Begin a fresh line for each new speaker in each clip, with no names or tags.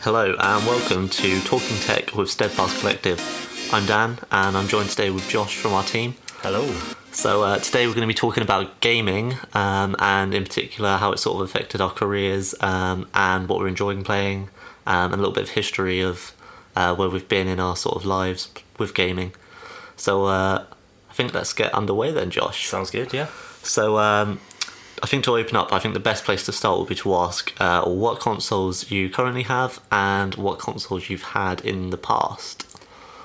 Hello and welcome to Talking Tech with Steadfast Collective. I'm Dan and I'm joined today with Josh from our team.
Hello.
So uh, today we're going to be talking about gaming um, and in particular how it sort of affected our careers um, and what we're enjoying playing um, and a little bit of history of uh, where we've been in our sort of lives with gaming. So uh, I think let's get underway then, Josh.
Sounds good, yeah.
So um, I think to open up, I think the best place to start would be to ask uh, what consoles you currently have and what consoles you've had in the past.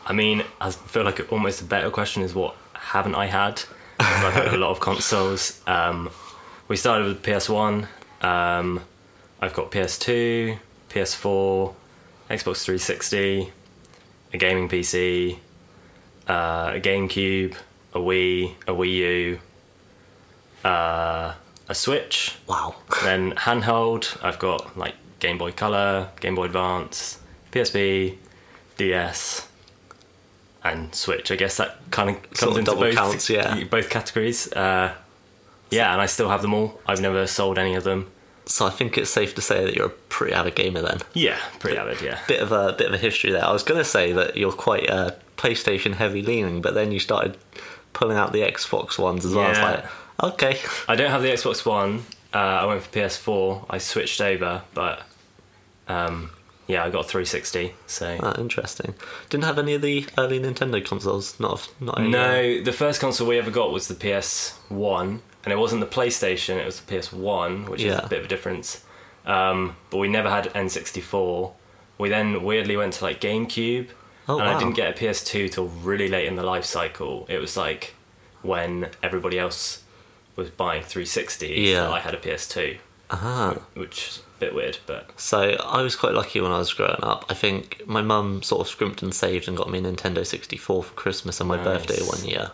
I mean, I feel like almost a better question is what haven't I had? 'Cause I've had a lot of consoles. Um, we started with PS1. Um, I've got PS2, PS4, Xbox 360, a gaming PC, uh, a GameCube, a Wii, a Wii U, uh, a Switch,
Wow.
Then handheld, I've got like Game Boy Color, Game Boy Advance, PSP, DS, and Switch. I guess that kind of comes
Sort of
into
double
both,
counts, yeah.
both categories. Uh, yeah, and I still have them all. I've never sold any of them.
So I think it's safe to say that you're a pretty avid gamer then.
Yeah, pretty avid. Yeah,
Bit of a bit of a history there. I was going to say that you're quite uh, PlayStation heavy leaning, but then you started pulling out the Xbox ones as well.
Yeah.
It's like okay,
I don't have the Xbox One. Uh, I went for PS4. I switched over, but um, yeah, I got 360. So
Ah, interesting. Didn't have any of the early Nintendo consoles. Not a- not a, uh,
No, the first console we ever got was the PS1, and it wasn't the PlayStation, it was the PS1, which is
Yeah.
a bit of a difference. Um, but we never had N64. We then weirdly went to like GameCube,
Oh,
and
wow.
I didn't get a PS2 till really late in the life cycle. It was like when everybody else was buying 360,
Yeah.
so I had a PS2,
Ah.
which is a bit weird, but
So I was quite lucky when I was growing up. I think my mum sort of scrimped and saved and got me a Nintendo 64 for Christmas and my
Nice.
birthday one year,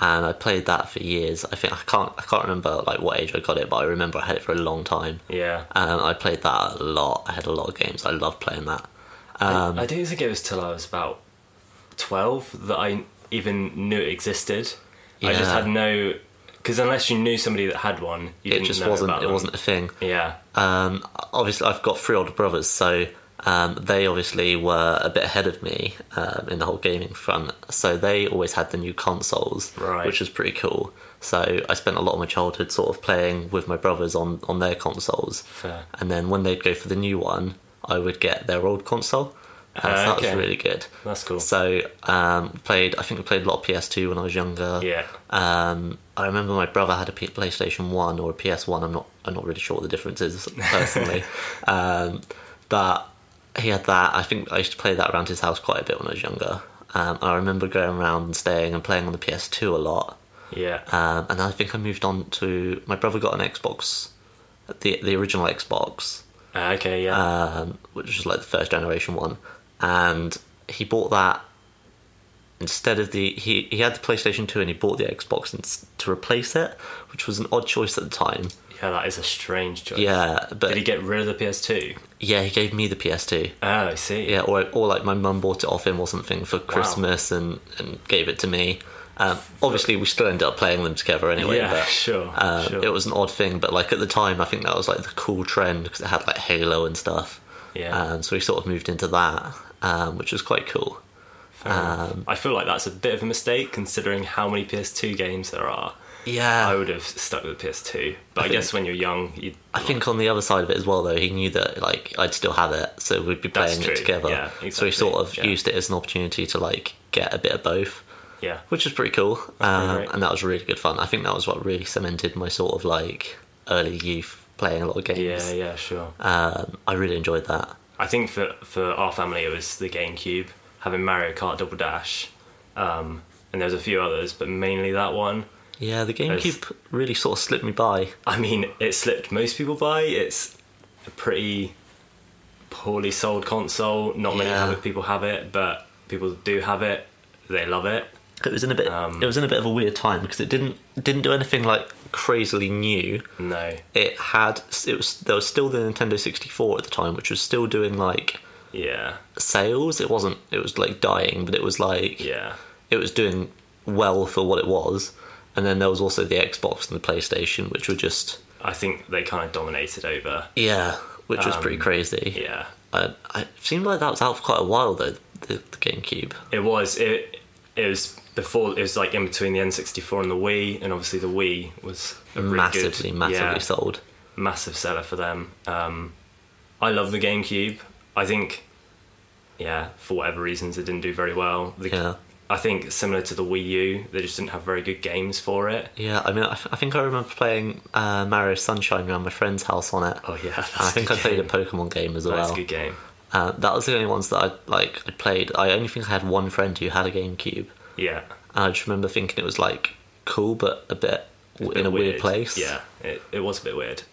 and I played that for years. I think I can't I can't remember like what age I got it, but I remember I had it for a long time.
yeah.
And I played that a lot. I had a lot of games. I loved playing that. Um,
I, I do think it was till I was about 12 that I even knew it existed. I just
Yeah.
had no. Because unless you knew somebody that had one,
It
you didn't
just
know
wasn't
about
it
them.
wasn't a thing.
Yeah.
um, obviously I've got three older brothers, so um, they obviously were a bit ahead of me um, in the whole gaming front. So they always had the new consoles,
Right.
which was pretty cool. So I spent a lot of my childhood sort of playing with my brothers on on their consoles,
Fair.
and then when they'd go for the new one, I would get their old console. Uh, so
Ah,
that
okay.
was really good.
That's cool.
So um, played. I think I played a lot of PS2 when I was younger.
Yeah.
Um, I remember my brother had a P- PlayStation One or a PS One. I'm not. I'm not really sure what the difference is personally. um, but he had that. I think I used to play that around his house quite a bit when I was younger. Um, and I remember going around and staying and playing on the PS2 a lot.
Yeah.
Um, and I think I moved on to my brother got an Xbox, the the original Xbox,
Uh, okay, yeah.
um, which was like the first generation one, and he bought that instead of the he he had the PlayStation Two and he bought the Xbox ins- to replace it, which was an odd choice at the time.
yeah, that is a strange choice.
Yeah, but
Did he get rid of the PS2?
yeah, he gave me the PS2.
Oh, I see.
Yeah, or or like my mum bought it off him or something for Christmas and and gave it to me. Um, obviously, we still ended up playing them together anyway.
Yeah,
but,
sure,
um,
sure.
It was an odd thing, but like at the time, I think that was like the cool trend because it had like Halo and stuff.
Yeah.
Um, so we sort of moved into that, um, which was quite cool.
Fair
uh,
enough.
um,
I feel like that's a bit of a mistake considering how many PS2 games there are.
Yeah.
I would have stuck with the PS2. But I,
Uh, think-
guess when you're young, you.
I think on the other side of it as well, though, he knew that like I'd still have it, so we'd be
That's
playing
true,
it together.
yeah,
So he sort of
exactly, yeah.
used it as an opportunity to like get a bit of both,
Yeah.
which is pretty cool. Um,
great.
and that was really good fun. I think that was what really cemented my sort of like early youth playing a lot of games.
Yeah, yeah, sure.
Um, I really enjoyed that.
I think for for our family it was the GameCube, having Mario Kart Double Dash, um, and there's a few others, but mainly that one.
Yeah, the GameCube really sort of slipped me by.
I mean, it slipped most people by. It's a pretty poorly sold console. Not many
Yeah.
have it, people have it, but people do have it. They love it.
It was in a bit.
Um,
it was in a bit of a weird time because it didn't didn't do anything like crazily new.
No,
It had it was there was still the Nintendo sixty four at the time, which was still doing like
yeah,
sales. It wasn't. It was like dying, but it was like
yeah,
it was doing well for what it was. And then there was also the Xbox and the PlayStation, which were just
I think they kind of dominated over.
yeah, which was pretty crazy.
Um, Yeah,
I, I it seemed like that was out for quite a while though. The, the GameCube.
It was it it was before it was like in between the N64 and the Wii, and obviously the Wii was a really
massively,
good,
massively
yeah,
sold.
massive seller for them. Um, I love the GameCube. I think, yeah, for whatever reasons, it didn't do very well. The,
Yeah.
I think similar to the Wii U, they just didn't have very good games for it.
Yeah, I mean, I, I think I remember playing uh, Mario Sunshine around my friend's house on it.
Oh yeah, that's
And I
a
think I
good
played a
game.
Pokemon game as
That's
well.
a good game.
Uh, that was the only ones that I like. I played. I only think I had one friend who had a GameCube,
Yeah,
and I just remember thinking it was like cool, but a bit w in
Bit
a weird, place.
Yeah, it, it was a bit weird.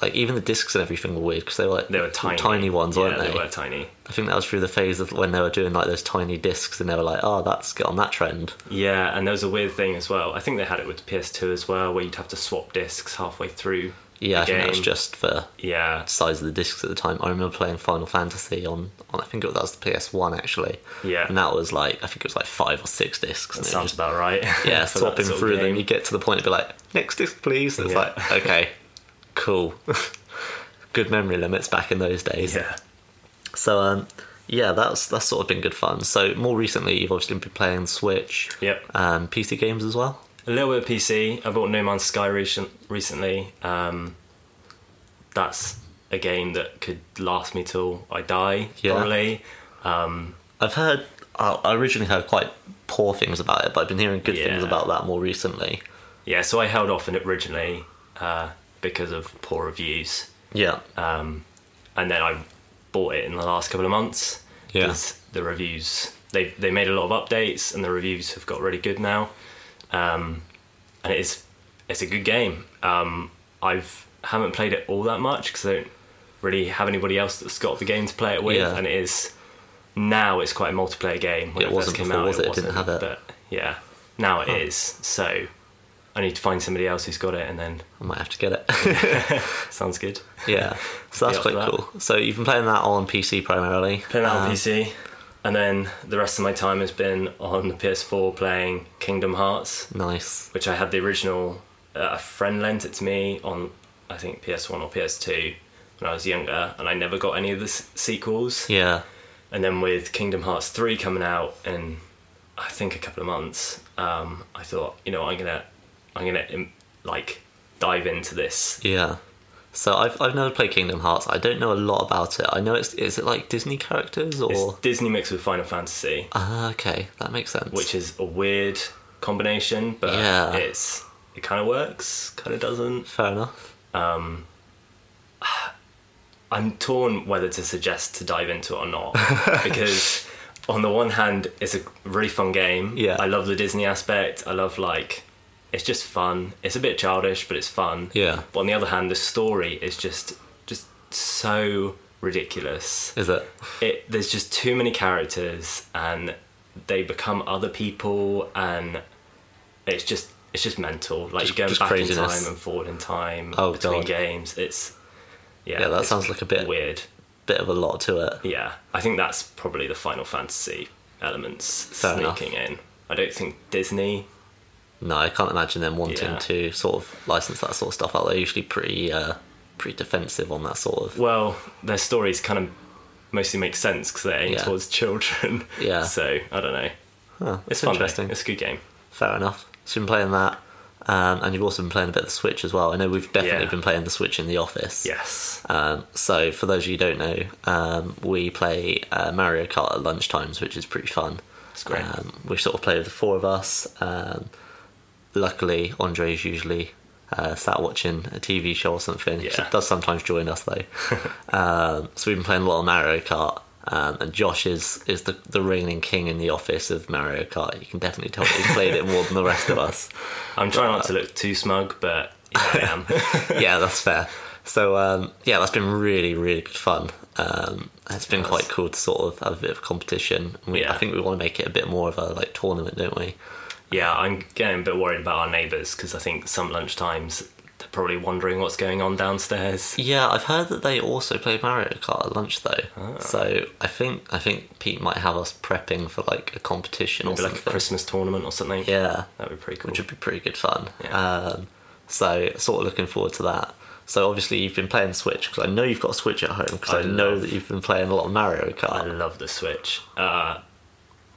like even the discs and everything were weird because they were like
They were tiny,
ones,
yeah,
weren't they?
They were tiny.
I think that was through the phase of when they were doing like those tiny discs, and they were like, "Oh, that's get on that trend."
Yeah, and there was a weird thing as well. I think they had it with the PS2 as well, where you'd have to swap discs halfway through.
Yeah,
the
I think that was
game.
just for
yeah,
size of the discs at the time. I remember playing Final Fantasy on, on I think it was, that was the PS One actually.
Yeah.
and that was like I think it was like five or six discs. and it
sounds
just-
about right.
yeah,
for that
swapping
sort of
through them,
game.
you get to the point of be like, next disc, please. And it's
Yeah.
like, okay, cool. good memory limits back in those days.
Yeah,
So, um, yeah, that's that's sort of been good fun. So, more recently, you've obviously been playing Switch,
Yep.
um, PC games as well.
a little bit of PC. I bought No Man's Sky recent, recently. Um, that's a game that could last me till I die,
Yeah.
probably.
I've heard, I I originally heard quite poor things about it, but I've been hearing good things
Yeah.
about that more recently.
Yeah, so I held off on it originally uh, because of poor reviews.
Yeah,
Ah. and then I bought it in the last couple of months.
Yeah.
'cause The reviews they they made a lot of updates, and the reviews have got really good now. Um, and it is it's a good game. Um, I've haven't played it all that much because I don't really have anybody else that's got the game to play it with,
Yeah.
and it is now it's quite a multiplayer game. When
It
first
wasn't before, was it? It didn't
wasn't,
have it.
But yeah, now it is. So I need to find somebody else who's got it, and then
I might have to get it.
sounds good.
yeah, so that's
up
quite
for that.
cool. So you've been playing that on PC primarily.
playing that on
Um,
PC, and then the rest of my time has been on the PS4 playing Kingdom Hearts,
Nice.
which I had the original. Uh, a friend lent it to me on, I think PS1 or PS2 when I was younger, and I never got any of the s- sequels.
Yeah,
And then with Kingdom Hearts 3 coming out in, I think a couple of months, um, I thought, you know, I'm gonna, I'm gonna um, like dive into this.
yeah. So I've I've never played Kingdom Hearts. I don't know a lot about it. I know it's is it like Disney characters
It's
or
Disney mixed with Final Fantasy.
ah okay that makes sense.
which is a weird combination, but
Yeah.
it's it kind of works, kind of doesn't.
fair enough.
I'm torn whether to suggest to dive into it or not because on the one hand, it's a really fun game.
Yeah.
I love the Disney aspect. I love like it's just fun. It's a bit childish, but it's fun.
Yeah.
But on the other hand, the story is just just so ridiculous.
Is it?
it there's just too many characters and they become other people and it's just it's just mental like
Just-
you're going
just
back in
craziness.
time and forward in time
Oh,
between
God.
games it's yeah,
Yeah, that
it's
sounds like a bit-
weird
Bit of a lot to it.
yeah i think that's probably the final fantasy elements
Fair enough.
sneaking in i don't think disney
No, I can't imagine them wanting
Yeah.
to sort of license that sort of stuff out. They're usually pretty uh, pretty defensive on that sort of.
well their stories kind of mostly make sense because they're aimed
Yeah.
towards children
Yeah.
so i don't know
Huh,
it's
it's
fun though.
interesting.
it's a good game
Fair enough. So you've been playing that, um, and you've also been playing a bit of the Switch as well. I know we've definitely
Yeah.
been playing the Switch in the office.
yes
Um, so, for those of you who don't know, um, we play uh, Mario Kart at lunchtimes, which is pretty fun.
It's great.
Um, we sort of play with the four of us. Um, luckily, Andre's usually uh, sat watching a TV show or something. She
Yeah.
does sometimes join us, though. um, so, we've been playing a lot of Mario Kart. Um, and Josh is, is the, the reigning king in the office of Mario Kart. You can definitely tell he's played it more than the rest of us.
I'm trying not to look too smug, but yeah, I am.
yeah, that's fair. So um, yeah, that's been really, really good fun. Um, it's been
Yes.
quite cool to sort of have a bit of competition. And We,
Yeah.
I think we want to make it a bit more of a like tournament, don't we?
yeah, I'm getting a bit worried about our neighbours because I think some lunchtimes they're probably wondering what's going on downstairs.
Yeah, I've heard that they also play Mario Kart at lunch though. So I think I think Pete might have us prepping for like a competition
Maybe
or
like a
something.
Christmas tournament or something.
yeah,
That'd be pretty cool.
which would be pretty good fun.
Yeah.
Um, so sort of looking forward to that. So obviously you've been playing Switch because I know you've got a Switch at home because I,
I
know
love-
that you've been playing a lot of Mario
I
Kart.
love the Switch. Uh,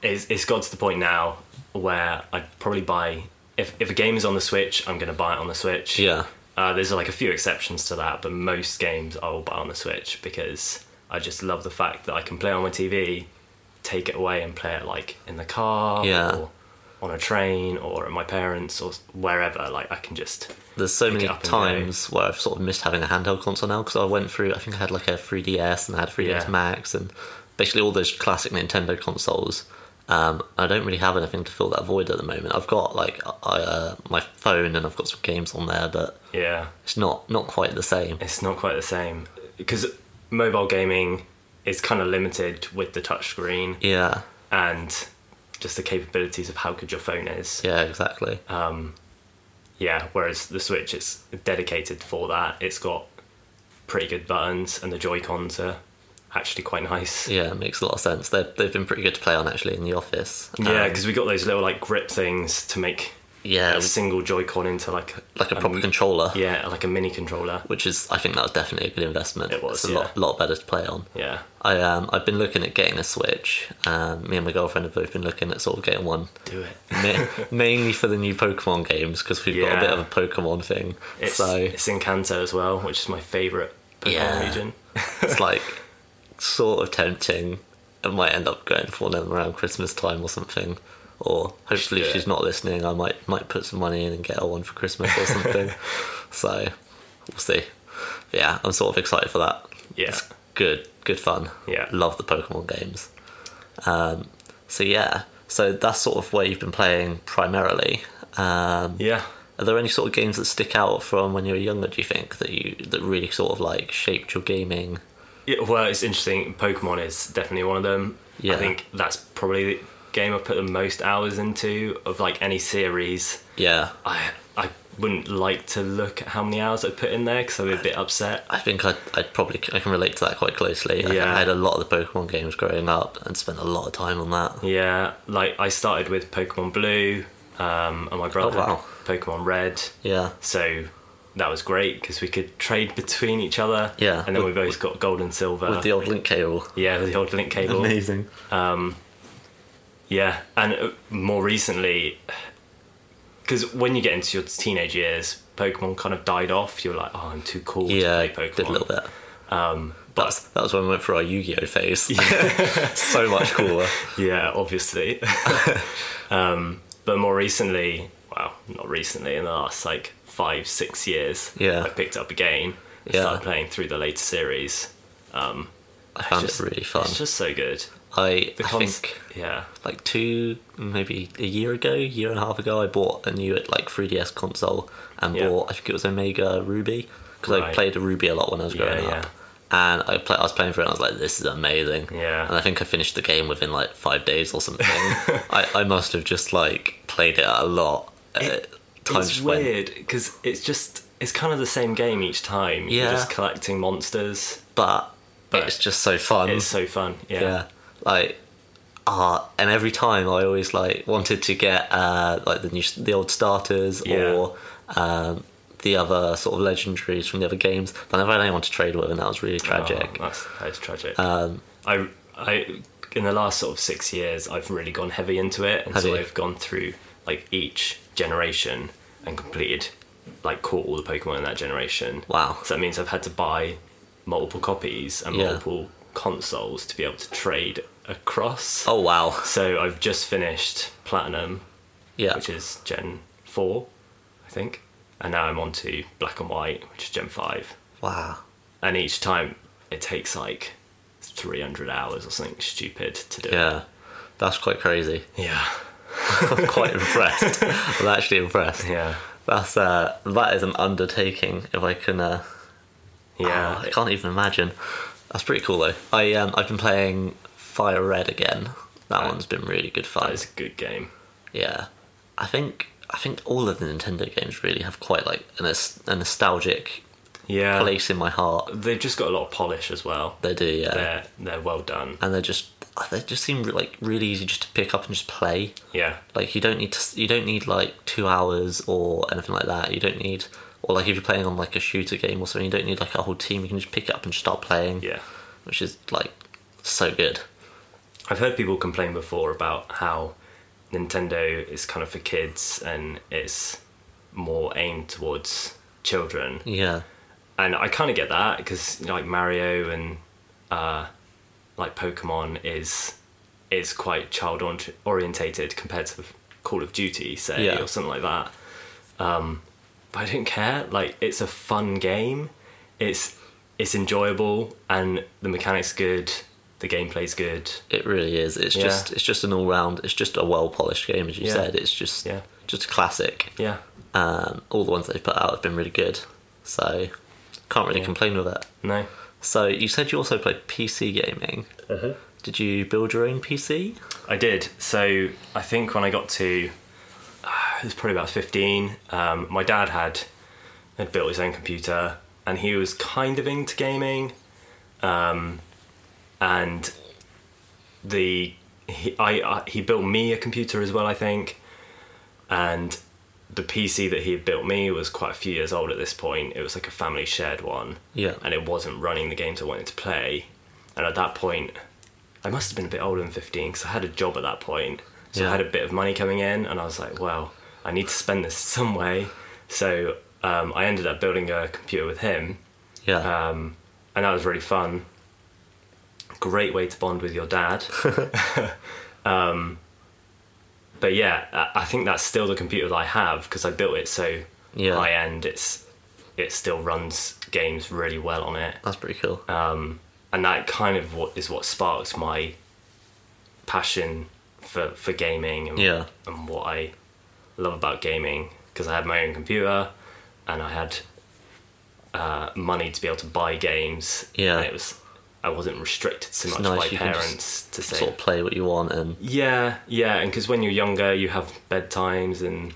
it's, it's got to the point now where I'd probably buy if if a game is on the Switch, I'm going to buy it on the Switch.
Yeah,
Uh, there's like a few exceptions to that, but most games I will buy on the Switch because I just love the fact that I can play on my TV, take it away and play it like in the car
Yeah.
or on a train or at my parents or s- wherever. Like I can just
there's so many
it up and
times where I've sort of missed having a handheld console now because I went through. I think I had like a 3DS and I had a 3DS
Yeah.
Max and basically all those classic Nintendo consoles. Um, I don't really have anything to fill that void at the moment. I've got like I, uh, my phone and I've got some games on there, but
yeah.
it's not not quite the same.
It's not quite the same because mobile gaming is kind of limited with the touchscreen
Yeah,
and just the capabilities of how good your phone is.
yeah, exactly.
Uh. Yeah, whereas the Switch is dedicated for that. It's got pretty good buttons, and the Joy Cons are actually quite nice.
Yeah, it makes a lot of sense. They've, they've been pretty good to play on actually in the office. Um,
Yeah, because we got those little like grip things to make
yeah,
a single Joy Con into like
like a proper controller,
Um, yeah, like a mini controller.
which is I think that was definitely a good investment.
It was,
it's a lot lot better to play on.
Yeah,
I um I've been looking at getting a Switch. Um, me and my girlfriend have both been looking at sort of getting one,
do it.
ma- mainly for the new Pokemon games because we've got a bit
Yeah.
of a Pokemon thing.
It's
so
it's in Kanto as well, which is my favorite Pokemon
Yeah.
region.
it's like sort of tempting. I might end up going for them around Christmas time or something. Or hopefully
do
if she's
it.
not listening. I might might put some money in and get her one for Christmas or something. so we'll see. But yeah, I'm sort of excited for that.
Yeah.
It's good, good fun.
Yeah.
love the Pokemon games. Um, so yeah, so that's sort of where you've been playing primarily. Um,
Yeah.
are there any sort of games that stick out from when you were younger? Do you think that you that really sort of like shaped your gaming?
Yeah, well, it's interesting. Pokemon is definitely one of them.
Yeah.
I think that's probably the game I've put the most hours into of like any series.
Yeah,
I I wouldn't like to look at how many hours I put in there because I'd be a bit upset.
I think I'd, I'd probably I can relate to that quite closely. I,
Yeah.
I had a lot of the Pokemon games growing up and spent a lot of time on that.
Yeah, like I started with Pokemon Blue, um, and my brother
Oh, wow.
had Pokemon Red.
Yeah,
So that was great because we could trade between each other.
Yeah,
and then
with-
we both got Gold and Silver.
with the old link cable.
yeah, with the old link cable.
Amazing.
Yeah, and uh, more recently, because when you get into your teenage years, Pokemon kind of died off. You're like, oh, I'm too cool
Yeah,
to play Pokemon.
did a little bit. Um, that was, that was when we went through our Yu-Gi-Oh phase. so much cooler.
Yeah, obviously. um, but more recently, well, not recently, in the last like five, six years,
Yeah.
I picked up again.
Yeah.
Yeah. Started playing through the later series.
I found
just-
it really fun.
It's just so good.
I,
The
I
cons-
think
yeah,
like two, maybe a year ago, year and a half ago, I bought a new like 3DS console and
Yeah.
bought I think it was Omega Ruby because I
Right.
played Ruby a lot when I was
Yeah,
growing
yeah.
up. And I play, I was playing for it. and I was like, "This is amazing!"
Yeah.
And I think I finished the game within like five days or something. I, I must have just like played it a lot.
It-
Uh, time
it's
just went.
weird because it's just it's kind of the same game each time.
Yeah.
You're just collecting monsters.
but,
But
it's just so fun.
It's so fun.
Mm. yeah, like ah, and every time I always like wanted to get uh like the new the old starters
Yeah.
or um the other sort of legendaries from the other games, but I never had anyone to trade with, and that was really tragic. Um,
Oh, that's, that is tragic. I, I, in the last sort of six years, I've really gone heavy into it, and
Have
so
you?
I've gone through like each generation and completed, like, caught all the Pokemon in that generation.
Wow.
So that means I've had to buy multiple copies and
Yeah.
multiple consoles to be able to trade across.
Oh wow,
So I've just finished Platinum,
yeah,
which is Gen Four, I think, and now I'm on to Black and White, which is Gen Five
wow,
and each time it takes like 300 hours or something stupid to do it.
yeah, that's quite crazy.
yeah
I'm quite impressed. I'm actually impressed.
yeah
That's uh, that is an undertaking. If I can uh,
yeah
I can't even imagine. That's pretty cool though. I um, I've been playing Fire Red again. That
Right.
one's been really good fun.
that is a good game
Yeah, I think I think all of the Nintendo games really have quite like an, nos- a nostalgic
yeah
place in my heart.
they've just got a lot of polish as well
They do, yeah,
they're they're well done
and they're just they just seem like really easy just to pick up and just play.
yeah
Like you don't need to, you don't need like two hours or anything like that. You don't need Or like if you're playing on like a shooter game or something, you don't need like a whole team. You can just pick it up and start playing,
Yeah.
which is like so good.
I've heard people complain before about how Nintendo is kind of for kids and it's more aimed towards children.
Yeah,
and I kind of get that because like Mario and uh, like Pokemon is is quite child orient- orientated compared to Call of Duty, say,
Yeah.
or something like that. Um, but I don't care. Like it's a fun game. It's it's enjoyable and the mechanics good. The gameplay's good.
it really is. It's
Yeah.
just it's just an all round. It's just a well polished game, as you
Yeah.
said. It's just
Yeah.
just a classic.
Yeah,
Um, all the ones they've put out have been really good, so can't really complain with it.
no.
So you said you also played PC gaming.
Mm-hmm.
Did you build your own PC?
I did. So I think when I got to, uh, it was probably about 15, um, my dad had, had built his own computer and he was kind of into gaming. Um, and the he, I, I, he built me a computer as well, I think. And the PC that he had built me was quite a few years old at this point. It was like a family shared one.
Yeah.
And it wasn't running the games I wanted to play. And at that point, I must have been a bit older than 15 because I had a job at that point. So
Yeah.
I had a bit of money coming in, and I was like, well, I need to spend this some way. So um, I ended up building a computer with him,
Yeah.
oh, and that was really fun. Great way to bond with your dad. um, but yeah, I- I think that's still the computer that I have because I built it so
Yeah.
high end. It's it still runs games really well on it
That's pretty cool.
Um, and that kind of what is what sparked my passion for for gaming and,
Yeah.
and what I love about gaming because I had my own computer and I had uh, money to be able to buy games
Yeah.
and it was I wasn't restricted so
It's
much
nice,
by
you can just
parents to say
sort of play what you want and
yeah, yeah, and because when you're younger, you have bedtimes, and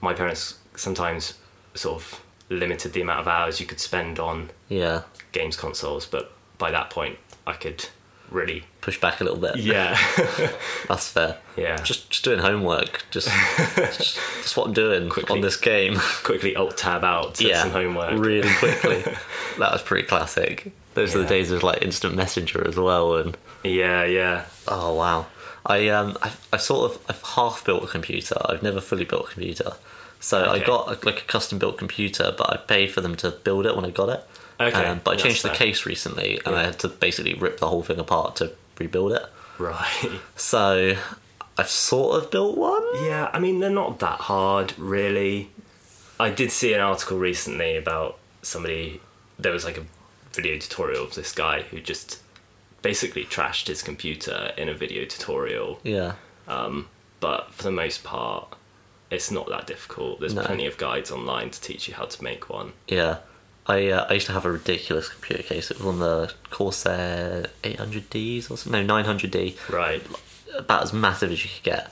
my parents sometimes sort of limited the amount of hours you could spend on
yeah,
games consoles, but by that point, I could really.
push back a little bit.
Yeah,
That's fair.
yeah. Just
Just just doing homework. Just just, just what I'm doing
Quickly.
on this game.
quickly alt tab out to
yeah.
some homework.
Really quickly. that was pretty classic. Those are the
Yeah.
days of like instant messenger as well and
yeah, yeah,
Oh wow! I um, I, I sort of I've half built a computer. I've never fully built a computer, so I
Okay.
got a, like a custom built computer, but I paid for them to build it when I got it.
Okay,
Um, but I
that's
changed the
fair.
case recently, and I
Yeah.
had to basically rip the whole thing apart to rebuild it.
right.
So I've sort of built one.
Yeah, I mean, they're not that hard, really. I did see an article recently about somebody, there was like a video tutorial of this guy who just basically trashed his computer in a video tutorial.
Yeah,
But for the most part, it's not that difficult. There's
No.
plenty of guides online to teach you how to make one.
yeah. I uh, I used to have a ridiculous computer case. It was on the Corsair 800Ds or something. No, 900D.
Right.
about as massive as you could get.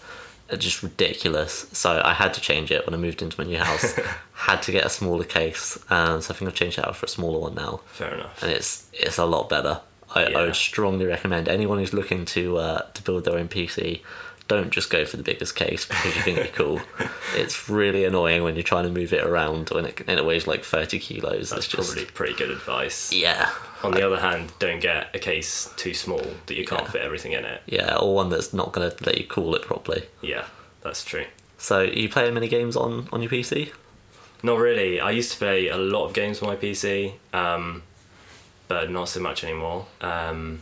Uh, Just ridiculous. So I had to change it when I moved into my new house. had to get a smaller case. Um, so I think I've changed that out for a smaller one now,
Fair enough.
and it's it's a lot better. I, I
Yeah.
would strongly recommend anyone who's looking to uh, to build their own PC. Don't just go for the biggest case because you think you're cool. It's really annoying when you're trying to move it around when it, and it weighs like 30 kilos.
That's
it's just
probably pretty good advice.
yeah,
On the other hand, don't get a case too small that you can't
Yeah.
fit everything in it.
yeah, or one that's not going to let you cool it properly.
Yeah, that's true.
So you play many games on on your PC?
Not really. I used to play a lot of games on my PC, um, but not so much anymore. Um,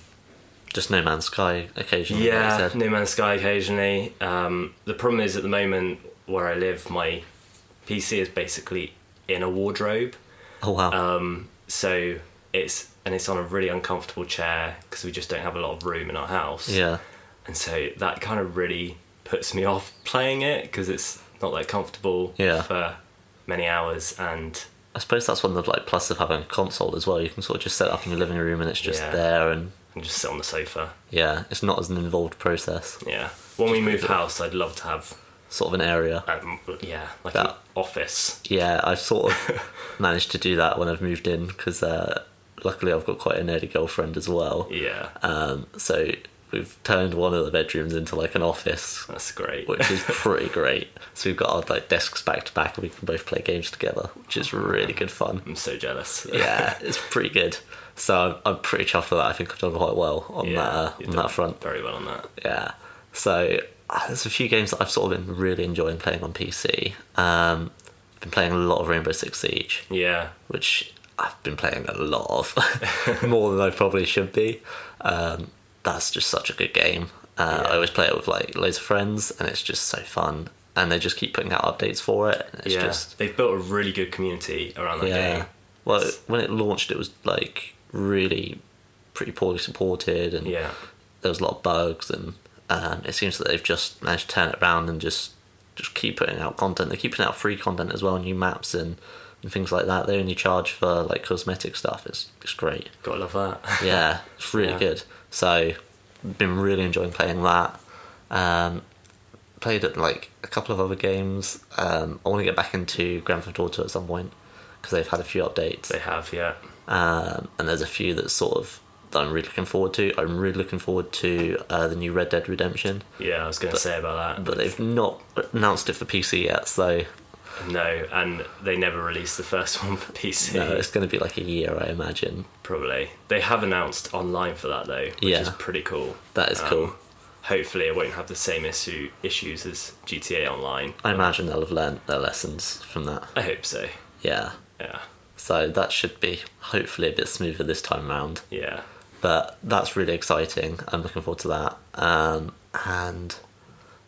just No Man's Sky occasionally. like you
yeah,
said.
No Man's Sky occasionally. Um, the problem is at the moment where I live, my PC is basically in a wardrobe.
Oh wow.
Um, so it's and it's on a really uncomfortable chair because we just don't have a lot of room in our house.
yeah,
and so that kind of really puts me off playing it because it's not that comfortable
Yeah.
for many hours and
I suppose that's one of the like plus of having a console as well. You can sort of just set it up in your living room and it's just
Yeah.
there, and
and just sit on the sofa.
yeah, it's not as an involved process.
Yeah, when we move house, I'd love to have
Sort of an area.
um, yeah like an
That-
office.
Yeah, I've sort of managed to do that when I've moved in because uh, luckily I've got quite a nerdy girlfriend as well.
Yeah,
Um, so we've turned one of the bedrooms into like an office,
That's great.
which is pretty great. So we've got our like desks back to back, and we can both play games together, which is really good fun.
I'm so jealous.
Yeah, it's pretty good. So I'm, I'm pretty chuffed with that. I think I've done quite well on
Yeah,
that uh,
you've
on
done
that front.
Very well on that.
Yeah. So uh, there's a few games that I've sort of been really enjoying playing on PC. Um, I've been playing a lot of Rainbow Six Siege,
Yeah.
which I've been playing a lot of, more than I probably should be. Um, that's just such a good game. Uh,
Yeah.
I always play it with like loads of friends, and it's just so fun. And they just keep putting out updates for it. and It's
yeah.
just
They've built a really good community around that
yeah.
game.
Well, when it launched, it was like really pretty poorly supported, and
Yeah.
there was a lot of bugs, and um, it seems that they've just managed to turn it around and just just keep putting out content. They keep putting out free content as well, new maps and, and things like that. They only charge for like cosmetic stuff. It's it's great.
Gotta love that.
Yeah, it's really
Yeah.
good. So, been really enjoying playing that. Um, played at like a couple of other games. Um, I want to get back into Grand Theft Auto at some point because they've had a few updates,
they have, yeah.
um, and there's a few that sort of that I'm really looking forward to. I'm really looking forward to uh, the new Red Dead Redemption,
Yeah, I was gonna say about that.
but they've not announced it for PC yet, so uh,
No, and they never released the first one for PC.
no, it's going to be like a year, I imagine.
Probably. They have announced online for that though, which
Yeah.
is pretty cool.
That is
Um,
cool.
Hopefully, it won't have the same issue issues as GTA Online.
I imagine they'll have learned their lessons from that.
I hope so.
Yeah.
Yeah,
So that should be hopefully a bit smoother this time round.
yeah.
But that's really exciting. I'm looking forward to that. Um, and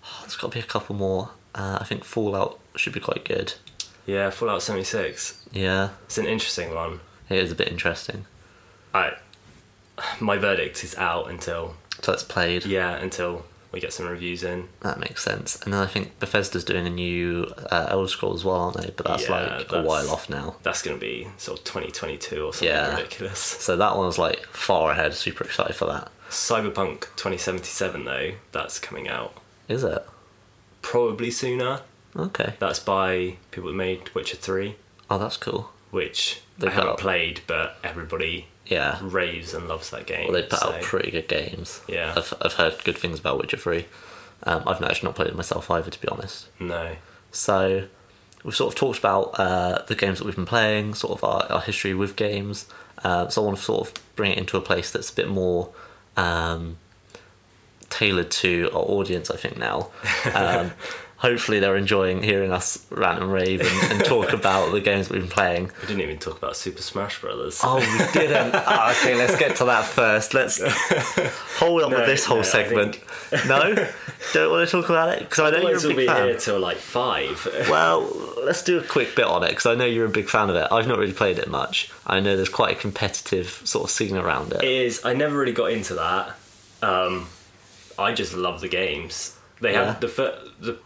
oh, there's got to be a couple more. Uh, I think Fallout should be quite good.
Yeah, Fallout 76.
Yeah,
It's an interesting one.
it is a bit interesting.
I, my verdict is out until
So that's played.
yeah until we get some reviews in.
That makes sense. And then I think Bethesda's doing a new uh, Elder Scrolls as well, aren't they? But that's
Yeah,
like a
that's-
while off now.
That's gonna be sort of 2022 or something
Yeah.
ridiculous.
So that one's like far ahead. Super excited for that.
Cyberpunk 2077 though, that's coming out
Is it?
probably sooner.
Okay.
That's by people that made Witcher 3,
Oh, that's cool.
which
They
I
put
haven't
out-
played, but everybody
Yeah.
raves and loves that game.
Well, they put
so-
out pretty good games.
Yeah.
I've, I've heard good things about Witcher 3. Um, I've actually not played it myself either, to be honest.
No.
So, we've sort of talked about uh, the games that we've been playing, sort of our, our history with games. Uh, so, I want to sort of bring it into a place that's a bit more um, tailored to our audience, I think, now. Um, hopefully, they're enjoying hearing us rant and rave and, and talk about the games we've been playing.
We didn't even talk about Super Smash Brothers.
Oh, we didn't. Oh, okay, let's get to that first. Let's hold on
No,
with this whole
no, I
segment. No, don't want to talk about it because I know
Otherwise,
you're a
we'll be
big fan.
here till like five.
Well, let's do a quick bit on it because I know you're a big fan of it. I've not really played it much. I know there's quite a competitive sort of scene around it.
It Is I never really got into that. Um, I just love the games. They
Yeah.
have the, fir- the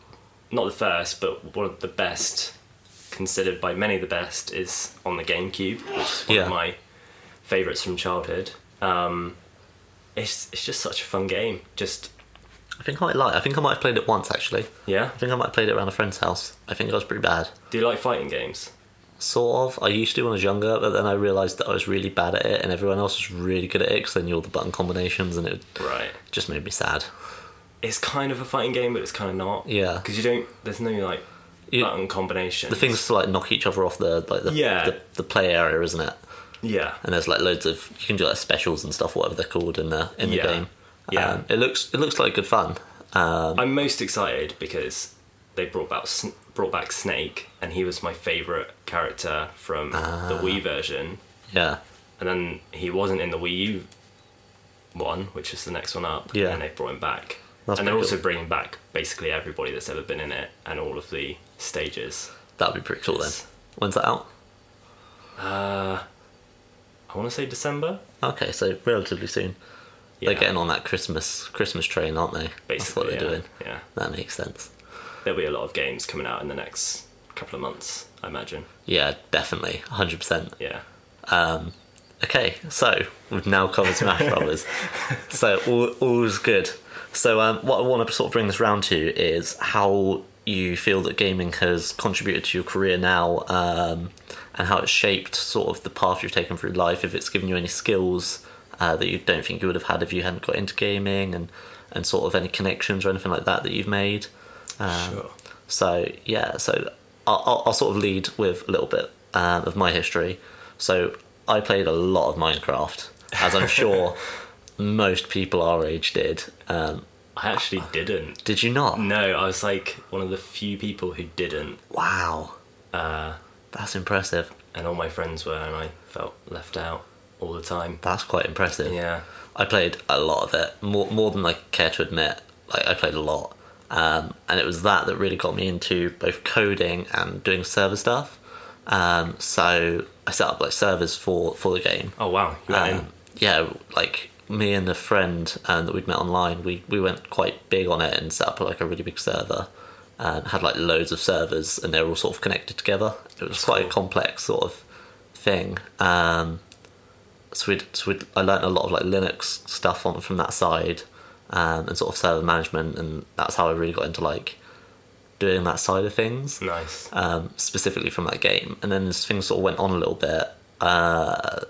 not the first, but one of the best, considered by many the best, is on the GameCube, which is one
Yeah.
of my favourites from childhood. Um, it's it's just such a fun game. Just
I think I might like. I think I might have played it once actually.
yeah.
I think I might have played it around a friend's house. I think I was pretty bad.
Do you like fighting games?
Sort of. I used to when I was younger, but then I realised that I was really bad at it, and everyone else was really good at it because they knew all the button combinations, and it
Right.
just made me sad.
It's kind of a fighting game, but it's kind of not.
Yeah.
Because you don't. There's no like
You-
button combination.
the things to like knock each other off the like the,
Yeah.
the, the play area, isn't it?
Yeah.
And there's like loads of you can do like specials and stuff, whatever they're called in the in the
Yeah.
game.
Yeah.
um, it looks it looks like good fun. Um,
I'm most excited because they brought back Sn- brought back Snake, and he was my favourite character from the
Ah.
Wii version.
yeah,
And then he wasn't in the Wii U one, which is the next one up.
Yeah.
And they brought him back.
That's
and they're
pretty
also
cool.
bringing back basically everybody that's ever been in it and all of the stages.
that'd be pretty cool then.
Yes.
When's that out?
I want to say December,
Okay, so relatively soon.
Yeah.
They're getting on that Christmas Christmas train, aren't they?
basically.
That's what they're
yeah.
doing.
Yeah.
That makes sense.
There'll be a lot of games coming out in the next couple of months, I imagine.
Yeah, definitely, hundred percent.
Yeah.
Okay, so we've now covered Smash Brothers. so all all's good. So um, what I want to sort of bring this round to is how you feel that gaming has contributed to your career now, um, and how it's shaped sort of the path you've taken through life. If it's given you any skills uh, that you don't think you would have had if you hadn't got into gaming and, and sort of any connections or anything like that that you've made. Um,
Sure.
So yeah, so I'll, I'll, I'll sort of lead with a little bit um, of my history. So I played a lot of Minecraft, as I'm sure most people our age did. Um,
I actually didn't.
did you not?
No, I was like one of the few people who didn't,
Wow, that's impressive.
and all my friends were, and I felt left out all the time.
That's quite impressive.
Yeah.
I played a lot of it, more more than I care to admit. Like I played a lot, um, and it was that that really got me into both coding and doing server stuff. Um, so I set up like servers for for the game.
Oh wow, you went
Um, yeah, like me and a friend um, that we'd met online, we we went quite big on it and set up like a really big server. Um, had like loads of servers, and they were all sort of connected together. It was quite a
cool.
complex sort of thing. Um, so we'd, so we'd, I learned a lot of like Linux stuff on from that side, um, and sort of server management, and that's how I really got into like doing that side of things
in. Nice.
um, specifically from that game. And then as things sort of went on a little bit, uh,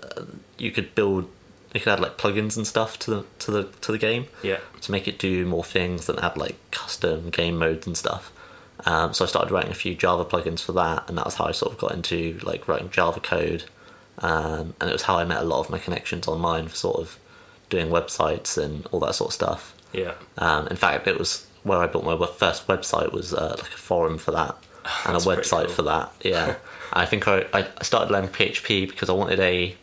you could build, you could add like plugins and stuff to the to the to the game
Yeah.
to make it do more things and add like custom game modes and stuff. Um, so I started writing a few Java plugins for that, and that was how I sort of got into like writing Java code. Um, and it was how I met a lot of my connections online for sort of doing websites and all that sort of stuff.
Yeah.
Um, in fact, it was where I built my we- first website was uh, like a forum for that and a
That's pretty
website
cool.
for that. Yeah, I think I, I started learning PHP because I wanted a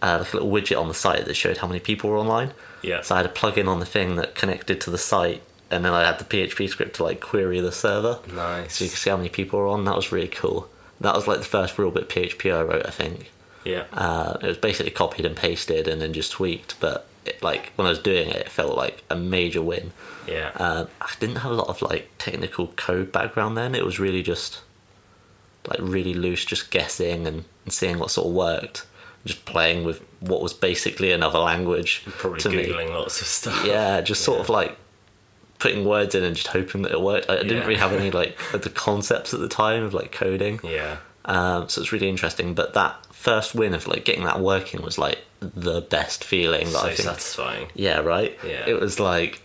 uh, like a little widget on the site that showed how many people were online.
Yeah.
So I had a plugin on the thing that connected to the site, and then I had the PHP script to like query the server so you could
Nice.
see how many people were on. That was really cool. That was like the first real bit of PHP I wrote, I think.
Yeah.
Uh, it was basically copied and pasted and then just tweaked, but it, like when I was doing it, it felt like a major win.
Yeah.
Um, I didn't have a lot of like technical code background then. It was really just like really loose, just guessing and, and seeing what sort of worked, just playing with what was basically another language
Probably
to me.
googling lots of stuff.
Yeah, just sort of like putting words in and just hoping that it worked. I, I didn't
Yeah.
really have any like of the concepts at the time of like coding.
Yeah.
Um, so it's really interesting. But that first win of like getting that working was like the best feeling that I
So
think
satisfying.
yeah, right?
Yeah.
It was like,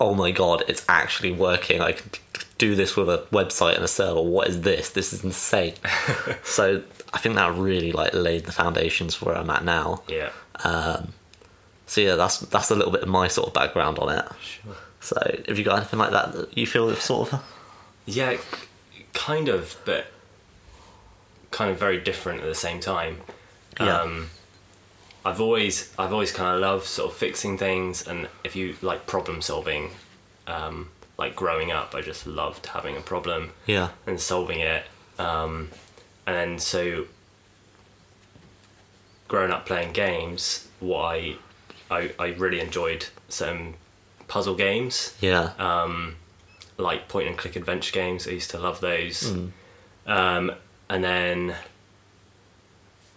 oh my god, it's actually working. I can do this with a website and a server. What is this? This is insane. so I think that really like laid the foundations for where I'm at now.
Yeah.
So yeah, that's that's a little bit of my sort of background on it.
Sure.
So have you got anything like that that you feel is sort of
Yeah, c- kind of, but kind of very different at the same time.
yeah
Um, I've always I've always kind of loved sort of fixing things, and if you like problem solving, um, like growing up, I just loved having a problem
yeah
and solving it. Um, and then so, growing up playing games, what I, I I really enjoyed certain puzzle games
yeah
uh, like point and click adventure games. I used to love those. Um, and then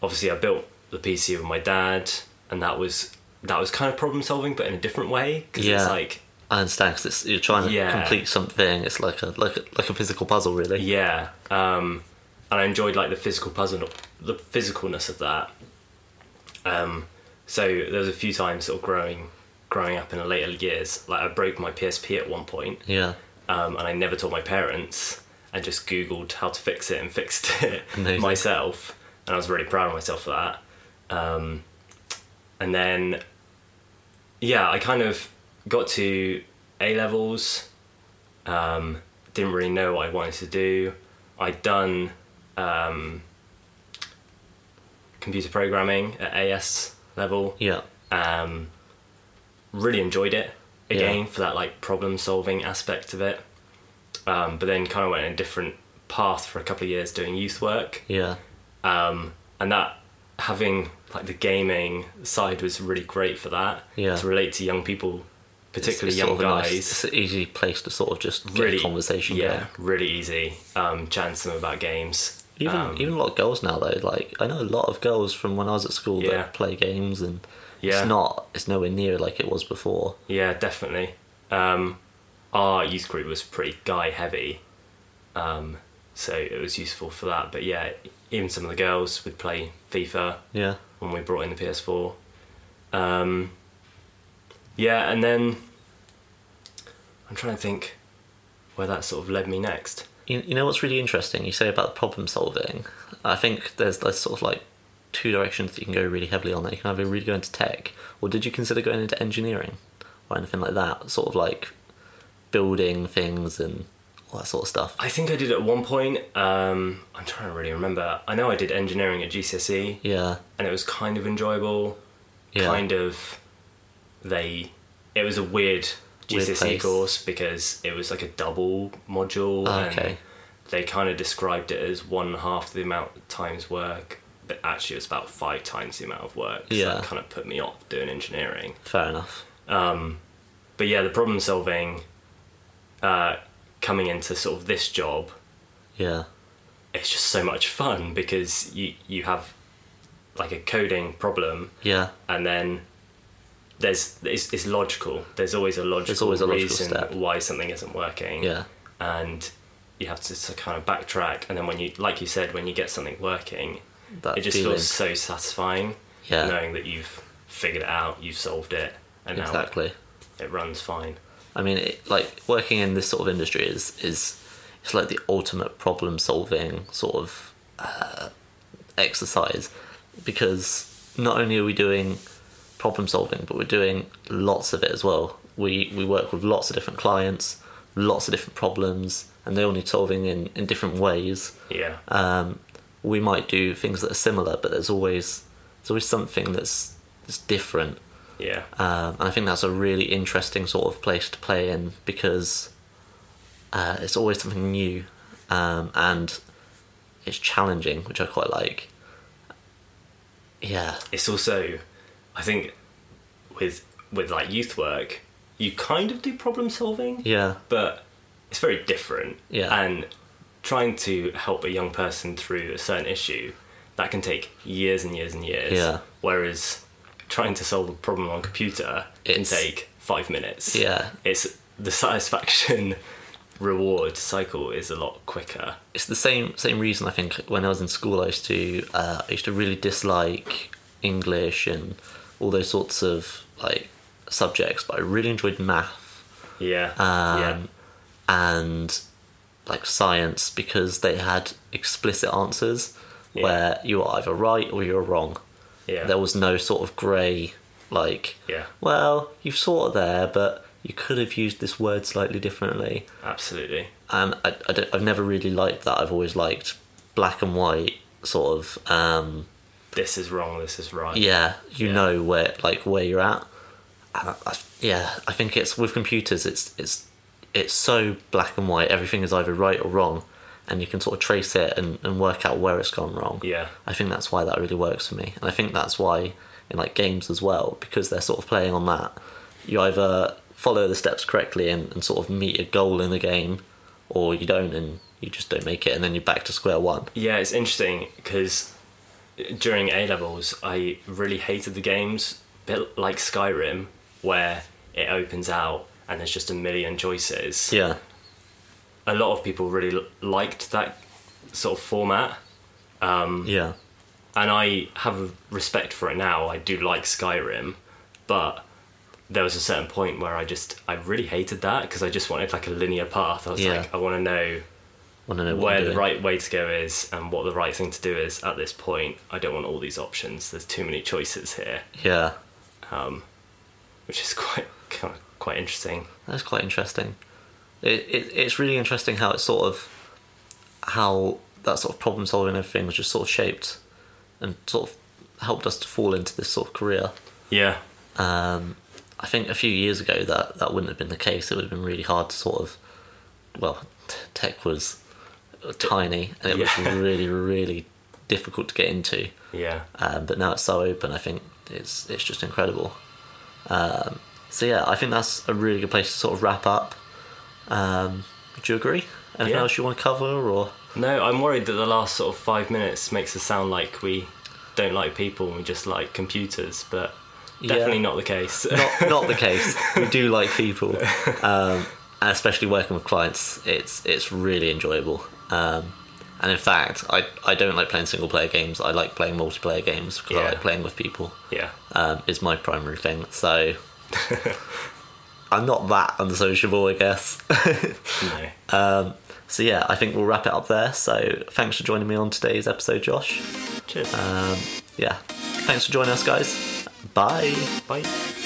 obviously I built the PC with my dad, and that was that was kind of problem solving, but in a different way because
Yeah.
it's like
I understand because it's you're trying to
Yeah.
complete something. It's like a like a, like a physical puzzle, really.
yeah. Um, and I enjoyed like the physical puzzle, the physicalness of that. Um, so there was a few times sort of growing, growing up in the later years. Like I broke my PSP at one point,
Yeah,
um, and I never told my parents. I just googled how to fix it and fixed it
Amazing.
myself, and I was really proud of myself for that. Um, and then, yeah, I kind of got to A levels. Um, didn't really know what I wanted to do. I'd done um, computer programming at AS level
yeah,
um, really enjoyed it again
Yeah.
for that like problem solving aspect of it um, but then kind of went in a different path for a couple of years doing youth work
yeah,
um, and that having like the gaming side was really great for that
Yeah.
to relate to young people particularly
It's
young
sort of a nice-
guys
it's an easy place to sort of just get
really
a conversation
yeah
going.
really easy um, chatting to them about games
Even
Um,
even a lot of girls now though, like I know a lot of girls from when I was at school
Yeah.
that play games and
Yeah.
it's not it's nowhere near like it was before.
Yeah, definitely. Um, our youth group was pretty guy heavy, um, so it was useful for that. But yeah, even some of the girls would play FIFA
Yeah.
when we brought in the PS4. Um, yeah, and then I'm trying to think where that sort of led me next.
You, you know what's really interesting? You say about problem solving. I think there's, there's sort of like two directions that you can go really heavily on. That you can either really go into tech, or did you consider going into engineering or anything like that? Sort of like building things and all that sort of stuff.
I think I did at one point. Um, I'm trying to really remember. I know I did engineering at GCSE,
Yeah,
E, and it was kind of enjoyable.
yeah,
Kind of, they. It was a weird
Weird
GCSE
place.
E course because it was like a double module.
Oh,
and
okay.
They kind of described it as one half the amount of times work, but actually it was about five times the amount of work. So
Yeah.
that kind of put me off doing engineering.
Fair enough.
but yeah, the problem solving, uh, coming into sort of this job,
Yeah,
it's just so much fun because you you have like a coding problem,
yeah,
and then there's it's, it's logical. There's always a logical
always a logical
reason
step.
why something isn't working.
yeah,
and you have to, to kind of backtrack, and then when you like you said, when you get something working,
That
it just
feeling.
feels so satisfying,
Yeah.
knowing that you've figured it out, you've solved it, and
exactly.
now it runs fine.
I mean, it, like working in this sort of industry is is it's like the ultimate problem solving sort of uh, exercise because not only are we doing problem solving, but we're doing lots of it as well. We we work with lots of different clients, lots of different problems, and they all need solving in in different ways.
Yeah.
Um, we might do things that are similar, but there's always there's always something that's that's different.
Yeah,
Um, and I think that's a really interesting sort of place to play in because uh, it's always something new um, and it's challenging, which I quite like. Yeah,
it's also, I think, with with like youth work, you kind of do problem solving,
yeah,
but it's very different.
Yeah.
and trying to help a young person through a certain issue that can take years and years and years.
Yeah.
whereas trying to solve a problem on a computer
It's-
can take five minutes.
yeah.
it's the satisfaction reward cycle is a lot quicker.
It's the same same reason I think when I was in school I used to uh, I used to really dislike English and all those sorts of like subjects, but I really enjoyed math
Yeah,
um,
yeah,
and like science because they had explicit answers
Yeah.
where you were either right or you were wrong.
yeah.
There was no sort of grey, like,
Yeah.
well, you've sort of there, but you could have used this word slightly differently.
absolutely.
And I, I don't, I've never really liked that. I've always liked black and white, sort of. Um,
This is wrong. This is right.
yeah, you
Yeah.
know where like where you're at. And I, I, yeah, I think it's with computers. It's it's it's so black and white. Everything is either right or wrong, and you can sort of trace it and, and work out where it's gone wrong.
Yeah.
I think that's why that really works for me, and I think that's why in like games as well because they're sort of playing on that. You either follow the steps correctly and, and sort of meet a goal in the game, or you don't and you just don't make it, and then you're back to square one.
Yeah, it's interesting because during A levels, I really hated the games, a bit like Skyrim, where it opens out and there's just a million choices.
Yeah,
A lot of people really l- liked that sort of format,
yeah,
and I have a respect for it now. I do like Skyrim, but there was a certain point where I just I really hated that because I just wanted like a linear path. I was
Yeah.
like, I want to know
want to know what I'm
where the
doing.
right way to go is and what the right thing to do is at this point. I don't want all these options. There's too many choices here,
Yeah.
which is quite kind of quite interesting.
That's quite interesting. It, it it's really interesting how it's sort of how that sort of problem solving and everything was just sort of shaped and sort of helped us to fall into this sort of career.
Yeah,
Um, I think a few years ago that that wouldn't have been the case. It would have been really hard to sort of well, t- tech was tiny and it was
Yeah.
really really difficult to get into.
yeah,
Um, but now it's so open, I think it's it's just incredible. Um, so yeah, I think that's a really good place to sort of wrap up. Um, do you agree? Anything
Yeah.
else you want to cover, or
No, I'm worried that the last sort of five minutes makes us sound like we don't like people. We just like computers, but definitely not the case.
not not the case? We do like people, um, and especially working with clients. It's it's really enjoyable, um, And in fact, I, I don't like playing single player games. I like playing multiplayer games because I
Yeah.
like playing with people.
Yeah.
Um, is my primary thing. So I'm not that unsociable, I guess.
No.
so yeah, I think we'll wrap it up there. So thanks for joining me on today's episode, Josh.
Cheers.
Um, yeah, thanks for joining us, guys. Bye.
Bye.